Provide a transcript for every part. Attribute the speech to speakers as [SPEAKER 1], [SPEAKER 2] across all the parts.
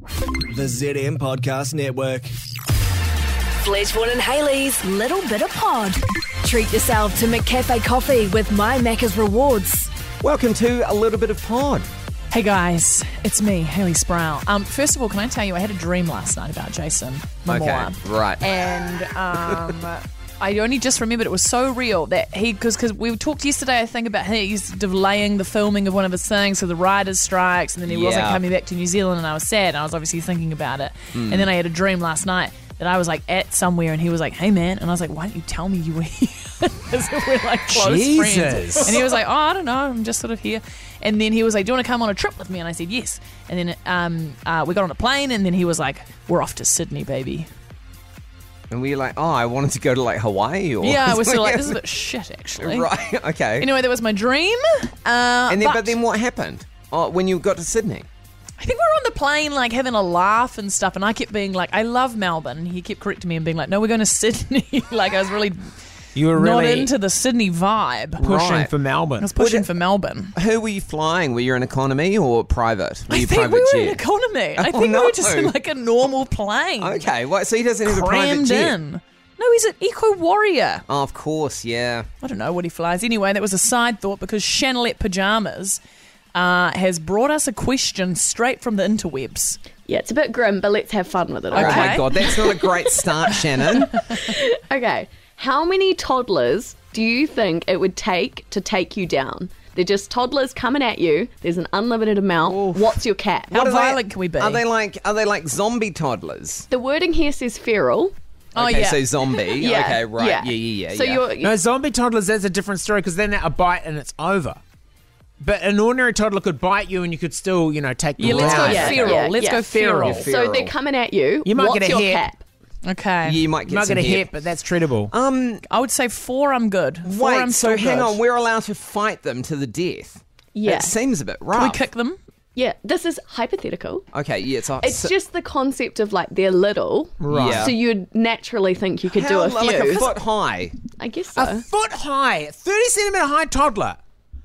[SPEAKER 1] The ZM Podcast Network.
[SPEAKER 2] Fledgeborn and Haley's Little Bit of Pod. Treat yourself to McCafe coffee with My Macca's Rewards.
[SPEAKER 1] Welcome to a little bit of pod.
[SPEAKER 3] Hey guys, it's me, Haley Sproul. Um, first of all, can I tell you, I had a dream last night about Jason Momoa.
[SPEAKER 1] Okay, right.
[SPEAKER 3] And um, I only just remembered it was so real that he, because we talked yesterday, I think, about he's delaying the filming of one of his things, so the writer's strikes, and then he wasn't
[SPEAKER 1] Yeah.
[SPEAKER 3] coming back to New Zealand, and I was sad, and I was obviously thinking about it.
[SPEAKER 4] Hmm.
[SPEAKER 3] And then I had a dream last night that I was like at somewhere, and he was like, hey man, and I was like, why didn't you tell me you were here? Because we're like close friends.
[SPEAKER 1] Jesus.
[SPEAKER 3] And he was like, "Oh, I don't know, I'm just sort of here." And then he was like, "Do you want to come on a trip with me?" And I said, "Yes." And then um, uh, we got on a plane, and then he was like, "We're off to Sydney, baby."
[SPEAKER 4] And we were like, oh, I wanted to go to like Hawaii or
[SPEAKER 3] Yeah, I was
[SPEAKER 4] something.
[SPEAKER 3] still like, "This is a bit shit, actually."
[SPEAKER 4] right. Okay.
[SPEAKER 3] Anyway, that was my dream. Uh,
[SPEAKER 4] and then, but,
[SPEAKER 3] but
[SPEAKER 4] then what happened? Oh, when you got to Sydney.
[SPEAKER 3] I think we were on the plane, like having a laugh and stuff, and I kept being like, "I love Melbourne." He kept correcting me and being like, "No, we're going to Sydney." like I was really,
[SPEAKER 5] You were
[SPEAKER 3] not
[SPEAKER 5] really
[SPEAKER 3] into the Sydney vibe. I
[SPEAKER 5] pushing
[SPEAKER 4] Right.
[SPEAKER 5] for Melbourne.
[SPEAKER 3] was pushing for Melbourne.
[SPEAKER 4] Who were you flying? Were you an economy or private? Were
[SPEAKER 3] I
[SPEAKER 4] you
[SPEAKER 3] think
[SPEAKER 4] private
[SPEAKER 3] we were
[SPEAKER 4] jet?
[SPEAKER 3] in economy. I
[SPEAKER 4] Oh,
[SPEAKER 3] think we were just
[SPEAKER 4] no.
[SPEAKER 3] in like a normal plane.
[SPEAKER 4] Okay, well, so he doesn't have a private
[SPEAKER 3] crammed
[SPEAKER 4] jet.
[SPEAKER 3] in. No, he's an eco warrior.
[SPEAKER 4] Oh, of course, yeah.
[SPEAKER 3] I don't know what he flies. Anyway, that was a side thought because Chanelette Pajamas uh, has brought us a question straight from the interwebs.
[SPEAKER 6] Yeah, it's a bit grim, but let's have fun with it. all
[SPEAKER 3] Okay.
[SPEAKER 4] Oh
[SPEAKER 6] right?
[SPEAKER 4] my god, that's not a great start, Shannon.
[SPEAKER 6] Okay. How many toddlers do you think it would take to take you down? They're just toddlers coming at you. There's an unlimited amount. What's your cat?
[SPEAKER 3] How
[SPEAKER 4] What are they-
[SPEAKER 3] violent can we be?
[SPEAKER 4] Are they like are they like zombie toddlers?
[SPEAKER 6] The wording here says feral.
[SPEAKER 3] oh
[SPEAKER 4] okay,
[SPEAKER 3] yeah,
[SPEAKER 4] so zombie. Okay, right. Yeah, yeah, yeah.
[SPEAKER 6] So
[SPEAKER 4] yeah.
[SPEAKER 6] you're
[SPEAKER 5] No, zombie toddlers, that's a different story because then a bite and it's over. But an ordinary toddler could bite you and you could still, you know, take the
[SPEAKER 3] yeah. Let's go
[SPEAKER 5] life.
[SPEAKER 4] Right. Yeah,
[SPEAKER 3] feral.
[SPEAKER 6] yeah,
[SPEAKER 3] let's
[SPEAKER 6] yeah.
[SPEAKER 3] go feral.
[SPEAKER 4] You're
[SPEAKER 6] so
[SPEAKER 4] feral.
[SPEAKER 6] they're coming at you.
[SPEAKER 5] You might
[SPEAKER 6] What's
[SPEAKER 5] get a
[SPEAKER 6] your
[SPEAKER 5] hit.
[SPEAKER 6] cat?
[SPEAKER 3] Okay,
[SPEAKER 4] you might get
[SPEAKER 5] I'm not
[SPEAKER 4] some
[SPEAKER 5] going to
[SPEAKER 4] hip.
[SPEAKER 5] hit, but that's treatable.
[SPEAKER 3] Uh,
[SPEAKER 4] Um,
[SPEAKER 3] I would say four. I'm good. Four.
[SPEAKER 4] wait.
[SPEAKER 3] I'm
[SPEAKER 4] So
[SPEAKER 3] still
[SPEAKER 4] hang
[SPEAKER 3] good.
[SPEAKER 4] on, we're allowed to fight them to the death.
[SPEAKER 6] Yeah.
[SPEAKER 4] It seems a bit rough.
[SPEAKER 3] Can we kick them?
[SPEAKER 6] yeah. This is hypothetical.
[SPEAKER 4] Okay, yeah. So
[SPEAKER 6] It's just the concept of like they're little.
[SPEAKER 4] Right. Yeah.
[SPEAKER 6] So you'd naturally think you could do a
[SPEAKER 4] How-
[SPEAKER 6] few.
[SPEAKER 4] like a foot high.
[SPEAKER 6] I guess so.
[SPEAKER 5] a foot high, 30 centimeter high toddler.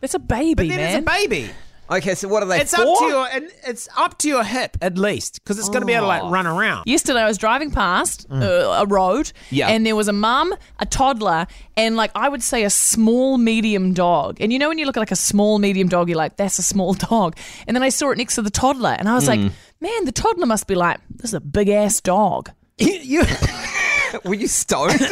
[SPEAKER 3] That's a baby,
[SPEAKER 5] But then
[SPEAKER 3] man.
[SPEAKER 5] it's a baby.
[SPEAKER 4] Okay, so what are they?
[SPEAKER 5] It's
[SPEAKER 4] four?
[SPEAKER 5] up to your, and it's up to your hip at least because it's going to be able to like
[SPEAKER 3] Oh.
[SPEAKER 5] run around.
[SPEAKER 3] Yesterday, I was driving past uh, a road,
[SPEAKER 4] Mm. Yeah.
[SPEAKER 3] and there was a mum, a toddler, and like I would say a small medium dog. And you know when you look at like a small medium dog, you're like, that's a small dog. And then I saw it next to the toddler, and I was
[SPEAKER 4] Mm.
[SPEAKER 3] like, man, the toddler must be like, this is a big ass dog.
[SPEAKER 5] you,
[SPEAKER 4] Were you stoned?
[SPEAKER 5] no,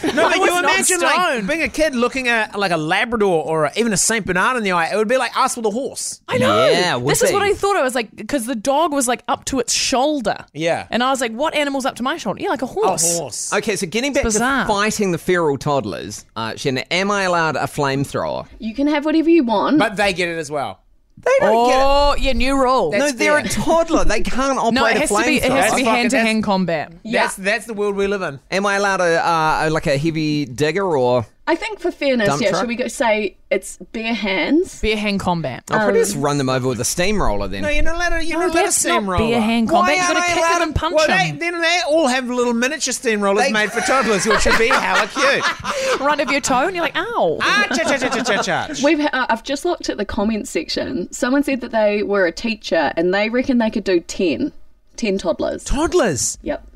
[SPEAKER 5] but
[SPEAKER 3] was
[SPEAKER 5] you
[SPEAKER 3] not
[SPEAKER 5] imagine like
[SPEAKER 3] stoned.
[SPEAKER 5] being a kid looking at like a Labrador or a, even a Saint Bernard in the eye. It would be like us with a horse.
[SPEAKER 3] I know.
[SPEAKER 4] Yeah, would
[SPEAKER 3] this is
[SPEAKER 4] be.
[SPEAKER 3] what I thought. I was like, because the dog was like up to its shoulder.
[SPEAKER 5] Yeah.
[SPEAKER 3] And I was like, what animal's up to my shoulder? Yeah, like a horse.
[SPEAKER 4] Okay, so getting back to
[SPEAKER 3] bizarre.
[SPEAKER 4] fighting the feral toddlers, uh, Shannon, am I allowed a flamethrower?
[SPEAKER 6] you can have whatever you want.
[SPEAKER 5] But they get it as well.
[SPEAKER 4] They don't get
[SPEAKER 3] Oh, yeah, new rule.
[SPEAKER 4] it. No, they're a toddler. They can't operate
[SPEAKER 3] no, it
[SPEAKER 4] a
[SPEAKER 3] has to be it has to be
[SPEAKER 4] flamethrower.
[SPEAKER 5] That's fucking-
[SPEAKER 3] hand to hand combat.
[SPEAKER 5] That's that's the world we live in.
[SPEAKER 4] Am I allowed a uh, like a heavy digger or?
[SPEAKER 6] I think for fairness,
[SPEAKER 4] Dump
[SPEAKER 6] yeah,
[SPEAKER 4] truck?
[SPEAKER 6] should we go say it's bare hands?
[SPEAKER 3] Bare hand combat.
[SPEAKER 4] I'll probably just run them over with a steamroller then.
[SPEAKER 5] No, you're not allowed to. You're not allowed to
[SPEAKER 3] That's Oh, not
[SPEAKER 5] steamroller.
[SPEAKER 3] beer hand
[SPEAKER 5] Why
[SPEAKER 3] combat. You've
[SPEAKER 5] aren't
[SPEAKER 3] got to
[SPEAKER 5] I
[SPEAKER 3] kick
[SPEAKER 5] allowed
[SPEAKER 3] them and punch
[SPEAKER 5] well,
[SPEAKER 3] them.
[SPEAKER 5] They, then they all have little miniature steamrollers
[SPEAKER 4] They-
[SPEAKER 5] made for toddlers, which would be hella cute.
[SPEAKER 3] Right of your toe, and you're like, ow.
[SPEAKER 5] ah, cha cha cha cha cha cha.
[SPEAKER 6] We've uh, I've just looked at the comments section. Someone said that they were a teacher and they reckon they could do 10. 10 toddlers.
[SPEAKER 5] Toddlers.
[SPEAKER 6] Yep.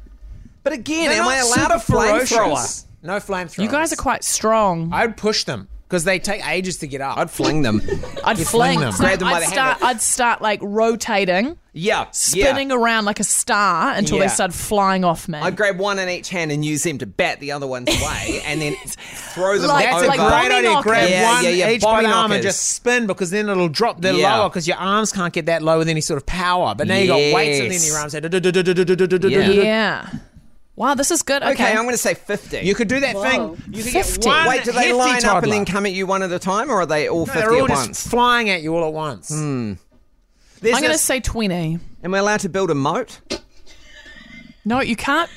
[SPEAKER 4] But again,
[SPEAKER 5] They're
[SPEAKER 4] am
[SPEAKER 5] not
[SPEAKER 4] I allowed a
[SPEAKER 5] super
[SPEAKER 4] flamethrower?
[SPEAKER 5] ferocious. No flamethrower.
[SPEAKER 3] you guys are quite strong.
[SPEAKER 5] I'd push them because they take ages to get up.
[SPEAKER 4] I'd fling them.
[SPEAKER 3] I'd
[SPEAKER 5] fling
[SPEAKER 3] fling.
[SPEAKER 5] them.
[SPEAKER 3] So
[SPEAKER 4] Grab them by
[SPEAKER 3] I'd
[SPEAKER 4] the
[SPEAKER 3] start.
[SPEAKER 4] handle.
[SPEAKER 3] I'd start like rotating,
[SPEAKER 4] yeah,
[SPEAKER 3] spinning
[SPEAKER 4] Yeah.
[SPEAKER 3] around like a star until
[SPEAKER 5] Yeah.
[SPEAKER 3] they start flying off me.
[SPEAKER 4] I'd grab one in each hand and use them to bat the other one's away, and then throw them
[SPEAKER 3] Like-
[SPEAKER 5] That's
[SPEAKER 4] over.
[SPEAKER 3] like
[SPEAKER 5] a great
[SPEAKER 3] Bonnie
[SPEAKER 5] idea.
[SPEAKER 3] knockers.
[SPEAKER 5] Grab
[SPEAKER 4] Yeah,
[SPEAKER 5] one
[SPEAKER 4] yeah, yeah,
[SPEAKER 5] each by
[SPEAKER 4] Bonnie
[SPEAKER 5] the arm and
[SPEAKER 4] knockers.
[SPEAKER 5] just spin because then it'll drop their
[SPEAKER 4] Yeah.
[SPEAKER 5] lower because your arms can't get that low with any sort of power. But now you got weights and then
[SPEAKER 4] Yes.
[SPEAKER 5] your arms. go
[SPEAKER 4] Yeah.
[SPEAKER 3] yeah. Wow, this is good. Okay.
[SPEAKER 4] okay, I'm going to say fifty.
[SPEAKER 5] You could do that
[SPEAKER 6] Whoa.
[SPEAKER 5] thing. You could get
[SPEAKER 3] 50.
[SPEAKER 5] one
[SPEAKER 4] Wait, do they
[SPEAKER 5] hefty
[SPEAKER 4] line up and
[SPEAKER 5] toddler.
[SPEAKER 4] then come at you one at a time, or are they all
[SPEAKER 5] No,
[SPEAKER 4] fifty Hmm.
[SPEAKER 5] they're all
[SPEAKER 4] at
[SPEAKER 5] just
[SPEAKER 4] once?
[SPEAKER 5] flying at you all at once.
[SPEAKER 3] I'm
[SPEAKER 5] There's
[SPEAKER 3] going to
[SPEAKER 5] this-
[SPEAKER 3] say 20.
[SPEAKER 4] Am I allowed to build a moat?
[SPEAKER 3] No, you can't.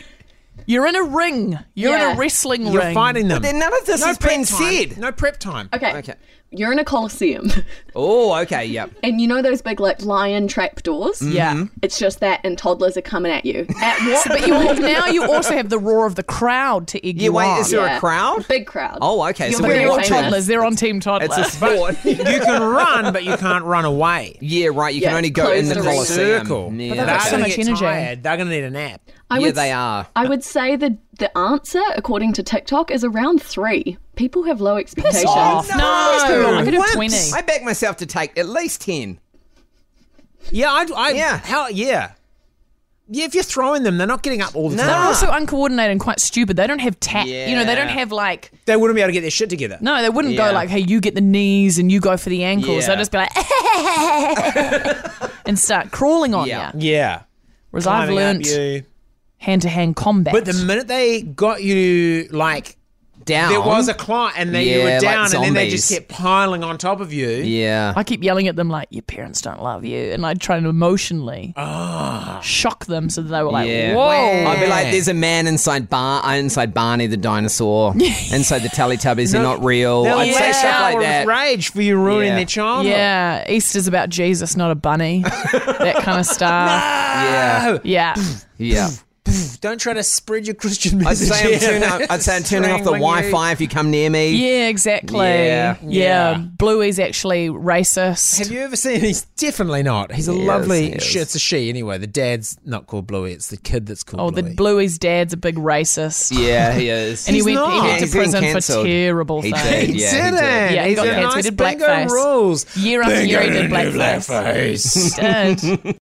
[SPEAKER 3] You're in a ring. You're
[SPEAKER 6] Yeah.
[SPEAKER 3] in a wrestling
[SPEAKER 5] You're
[SPEAKER 3] ring.
[SPEAKER 5] finding them.
[SPEAKER 4] Then none of this
[SPEAKER 5] no
[SPEAKER 4] has
[SPEAKER 5] prep
[SPEAKER 4] been
[SPEAKER 5] time.
[SPEAKER 4] said.
[SPEAKER 5] No prep time.
[SPEAKER 6] Okay.
[SPEAKER 4] Okay.
[SPEAKER 6] You're in a coliseum,
[SPEAKER 4] Oh, okay, yep.
[SPEAKER 6] and you know those big like lion trap doors.
[SPEAKER 4] Mm.
[SPEAKER 3] Yeah.
[SPEAKER 6] It's just that, and toddlers are coming at you. At what?
[SPEAKER 3] But you al- now you also have the roar of the crowd to egg
[SPEAKER 4] Yeah,
[SPEAKER 3] you
[SPEAKER 4] wait,
[SPEAKER 3] on.
[SPEAKER 4] is there a crowd?
[SPEAKER 6] Big crowd.
[SPEAKER 4] Oh, okay,
[SPEAKER 6] You're
[SPEAKER 4] so
[SPEAKER 3] But
[SPEAKER 6] very
[SPEAKER 3] they're
[SPEAKER 4] we're
[SPEAKER 3] all
[SPEAKER 4] famous.
[SPEAKER 3] toddlers. They're on team toddler.
[SPEAKER 4] It's a sport.
[SPEAKER 5] You can run, but you can't run away.
[SPEAKER 4] yeah, right. You
[SPEAKER 6] Yeah,
[SPEAKER 4] can only go
[SPEAKER 6] close
[SPEAKER 4] in the
[SPEAKER 6] the ring.
[SPEAKER 4] Colosseum.
[SPEAKER 5] Circle.
[SPEAKER 4] Yeah.
[SPEAKER 3] But they've got so
[SPEAKER 5] gonna
[SPEAKER 3] much
[SPEAKER 5] get
[SPEAKER 3] energy.
[SPEAKER 5] tired. They're going to need a nap.
[SPEAKER 6] I
[SPEAKER 4] Yeah,
[SPEAKER 6] would
[SPEAKER 4] they
[SPEAKER 6] s-
[SPEAKER 4] are.
[SPEAKER 6] I would say the the answer, according to TikTok, is around three. People have low expectations.
[SPEAKER 3] off. No. I could have
[SPEAKER 4] What?
[SPEAKER 3] 20.
[SPEAKER 4] I back myself to take at least 10.
[SPEAKER 5] Yeah, I, I
[SPEAKER 4] Yeah.
[SPEAKER 5] How, yeah. Yeah, if you're throwing them, they're not getting up all the
[SPEAKER 4] No.
[SPEAKER 3] They're
[SPEAKER 5] time.
[SPEAKER 3] also uncoordinated and quite stupid. They don't have tact. You know, they don't
[SPEAKER 4] Yeah.
[SPEAKER 3] have like.
[SPEAKER 5] They wouldn't be able to get their shit together.
[SPEAKER 3] No, they wouldn't
[SPEAKER 4] Yeah.
[SPEAKER 3] go like, "Hey, you get the knees and you go for the ankles."
[SPEAKER 4] Yeah.
[SPEAKER 3] They'd just be like, and start crawling on
[SPEAKER 4] Yeah.
[SPEAKER 3] you.
[SPEAKER 5] Yeah.
[SPEAKER 3] Whereas I've
[SPEAKER 5] Climbing up
[SPEAKER 3] learnt
[SPEAKER 5] you.
[SPEAKER 3] hand to hand combat.
[SPEAKER 5] But the minute they got you, like,
[SPEAKER 4] Down.
[SPEAKER 5] there was a client and they you
[SPEAKER 4] Yeah,
[SPEAKER 5] were
[SPEAKER 4] like
[SPEAKER 5] down and then they
[SPEAKER 4] zombies.
[SPEAKER 5] just kept piling on top of you.
[SPEAKER 4] Yeah.
[SPEAKER 3] I keep yelling at them like, "Your parents don't love you," and I try to emotionally shock them so that they were like,
[SPEAKER 4] Ah. Yeah.
[SPEAKER 3] "Whoa."
[SPEAKER 4] I'd be like, there's a man inside Bar, uh, inside Barney the dinosaur, inside the Teletubbies. They're not real.
[SPEAKER 5] They'll
[SPEAKER 4] I'd say
[SPEAKER 5] take
[SPEAKER 4] stuff
[SPEAKER 5] hour
[SPEAKER 4] like
[SPEAKER 5] of
[SPEAKER 4] that.
[SPEAKER 5] rage for you ruining
[SPEAKER 4] Yeah.
[SPEAKER 5] their childhood.
[SPEAKER 3] Yeah, Easter's about Jesus, not a bunny. that kind of stuff.
[SPEAKER 4] Yeah,
[SPEAKER 3] Yeah.
[SPEAKER 4] yeah.
[SPEAKER 5] Don't try to spread your Christian
[SPEAKER 4] I'd
[SPEAKER 5] message.
[SPEAKER 4] say I'm turning. I'd say I'm turning off the
[SPEAKER 5] Strangling you.
[SPEAKER 4] Wi-Fi if you come near me.
[SPEAKER 3] Yeah, exactly.
[SPEAKER 4] Yeah.
[SPEAKER 3] Yeah.
[SPEAKER 5] Yeah.
[SPEAKER 3] Bluey's actually racist.
[SPEAKER 5] Have you ever seen? He's definitely not. He's a
[SPEAKER 4] Yes,
[SPEAKER 5] lovely.
[SPEAKER 4] yes.
[SPEAKER 5] Sh- it's a she anyway. The dad's not called Bluey. It's the kid that's called.
[SPEAKER 3] oh,
[SPEAKER 5] Bluey.
[SPEAKER 3] the Bluey's dad's a big racist.
[SPEAKER 4] Yeah, he is.
[SPEAKER 3] And he went, he went
[SPEAKER 5] not.
[SPEAKER 3] to
[SPEAKER 4] He's been
[SPEAKER 3] prison for
[SPEAKER 4] cancelled.
[SPEAKER 3] terrible
[SPEAKER 4] He
[SPEAKER 3] things.
[SPEAKER 4] did,
[SPEAKER 5] He
[SPEAKER 4] Yeah, he
[SPEAKER 5] didn't.
[SPEAKER 4] did.
[SPEAKER 3] Yeah, he
[SPEAKER 5] He's
[SPEAKER 3] got
[SPEAKER 5] a
[SPEAKER 3] cancelled.
[SPEAKER 5] nice
[SPEAKER 3] He did
[SPEAKER 5] bingo
[SPEAKER 3] blackface.
[SPEAKER 5] rules.
[SPEAKER 3] Year after year he did
[SPEAKER 5] Bingo
[SPEAKER 3] blackface.
[SPEAKER 5] blackface.
[SPEAKER 3] He did.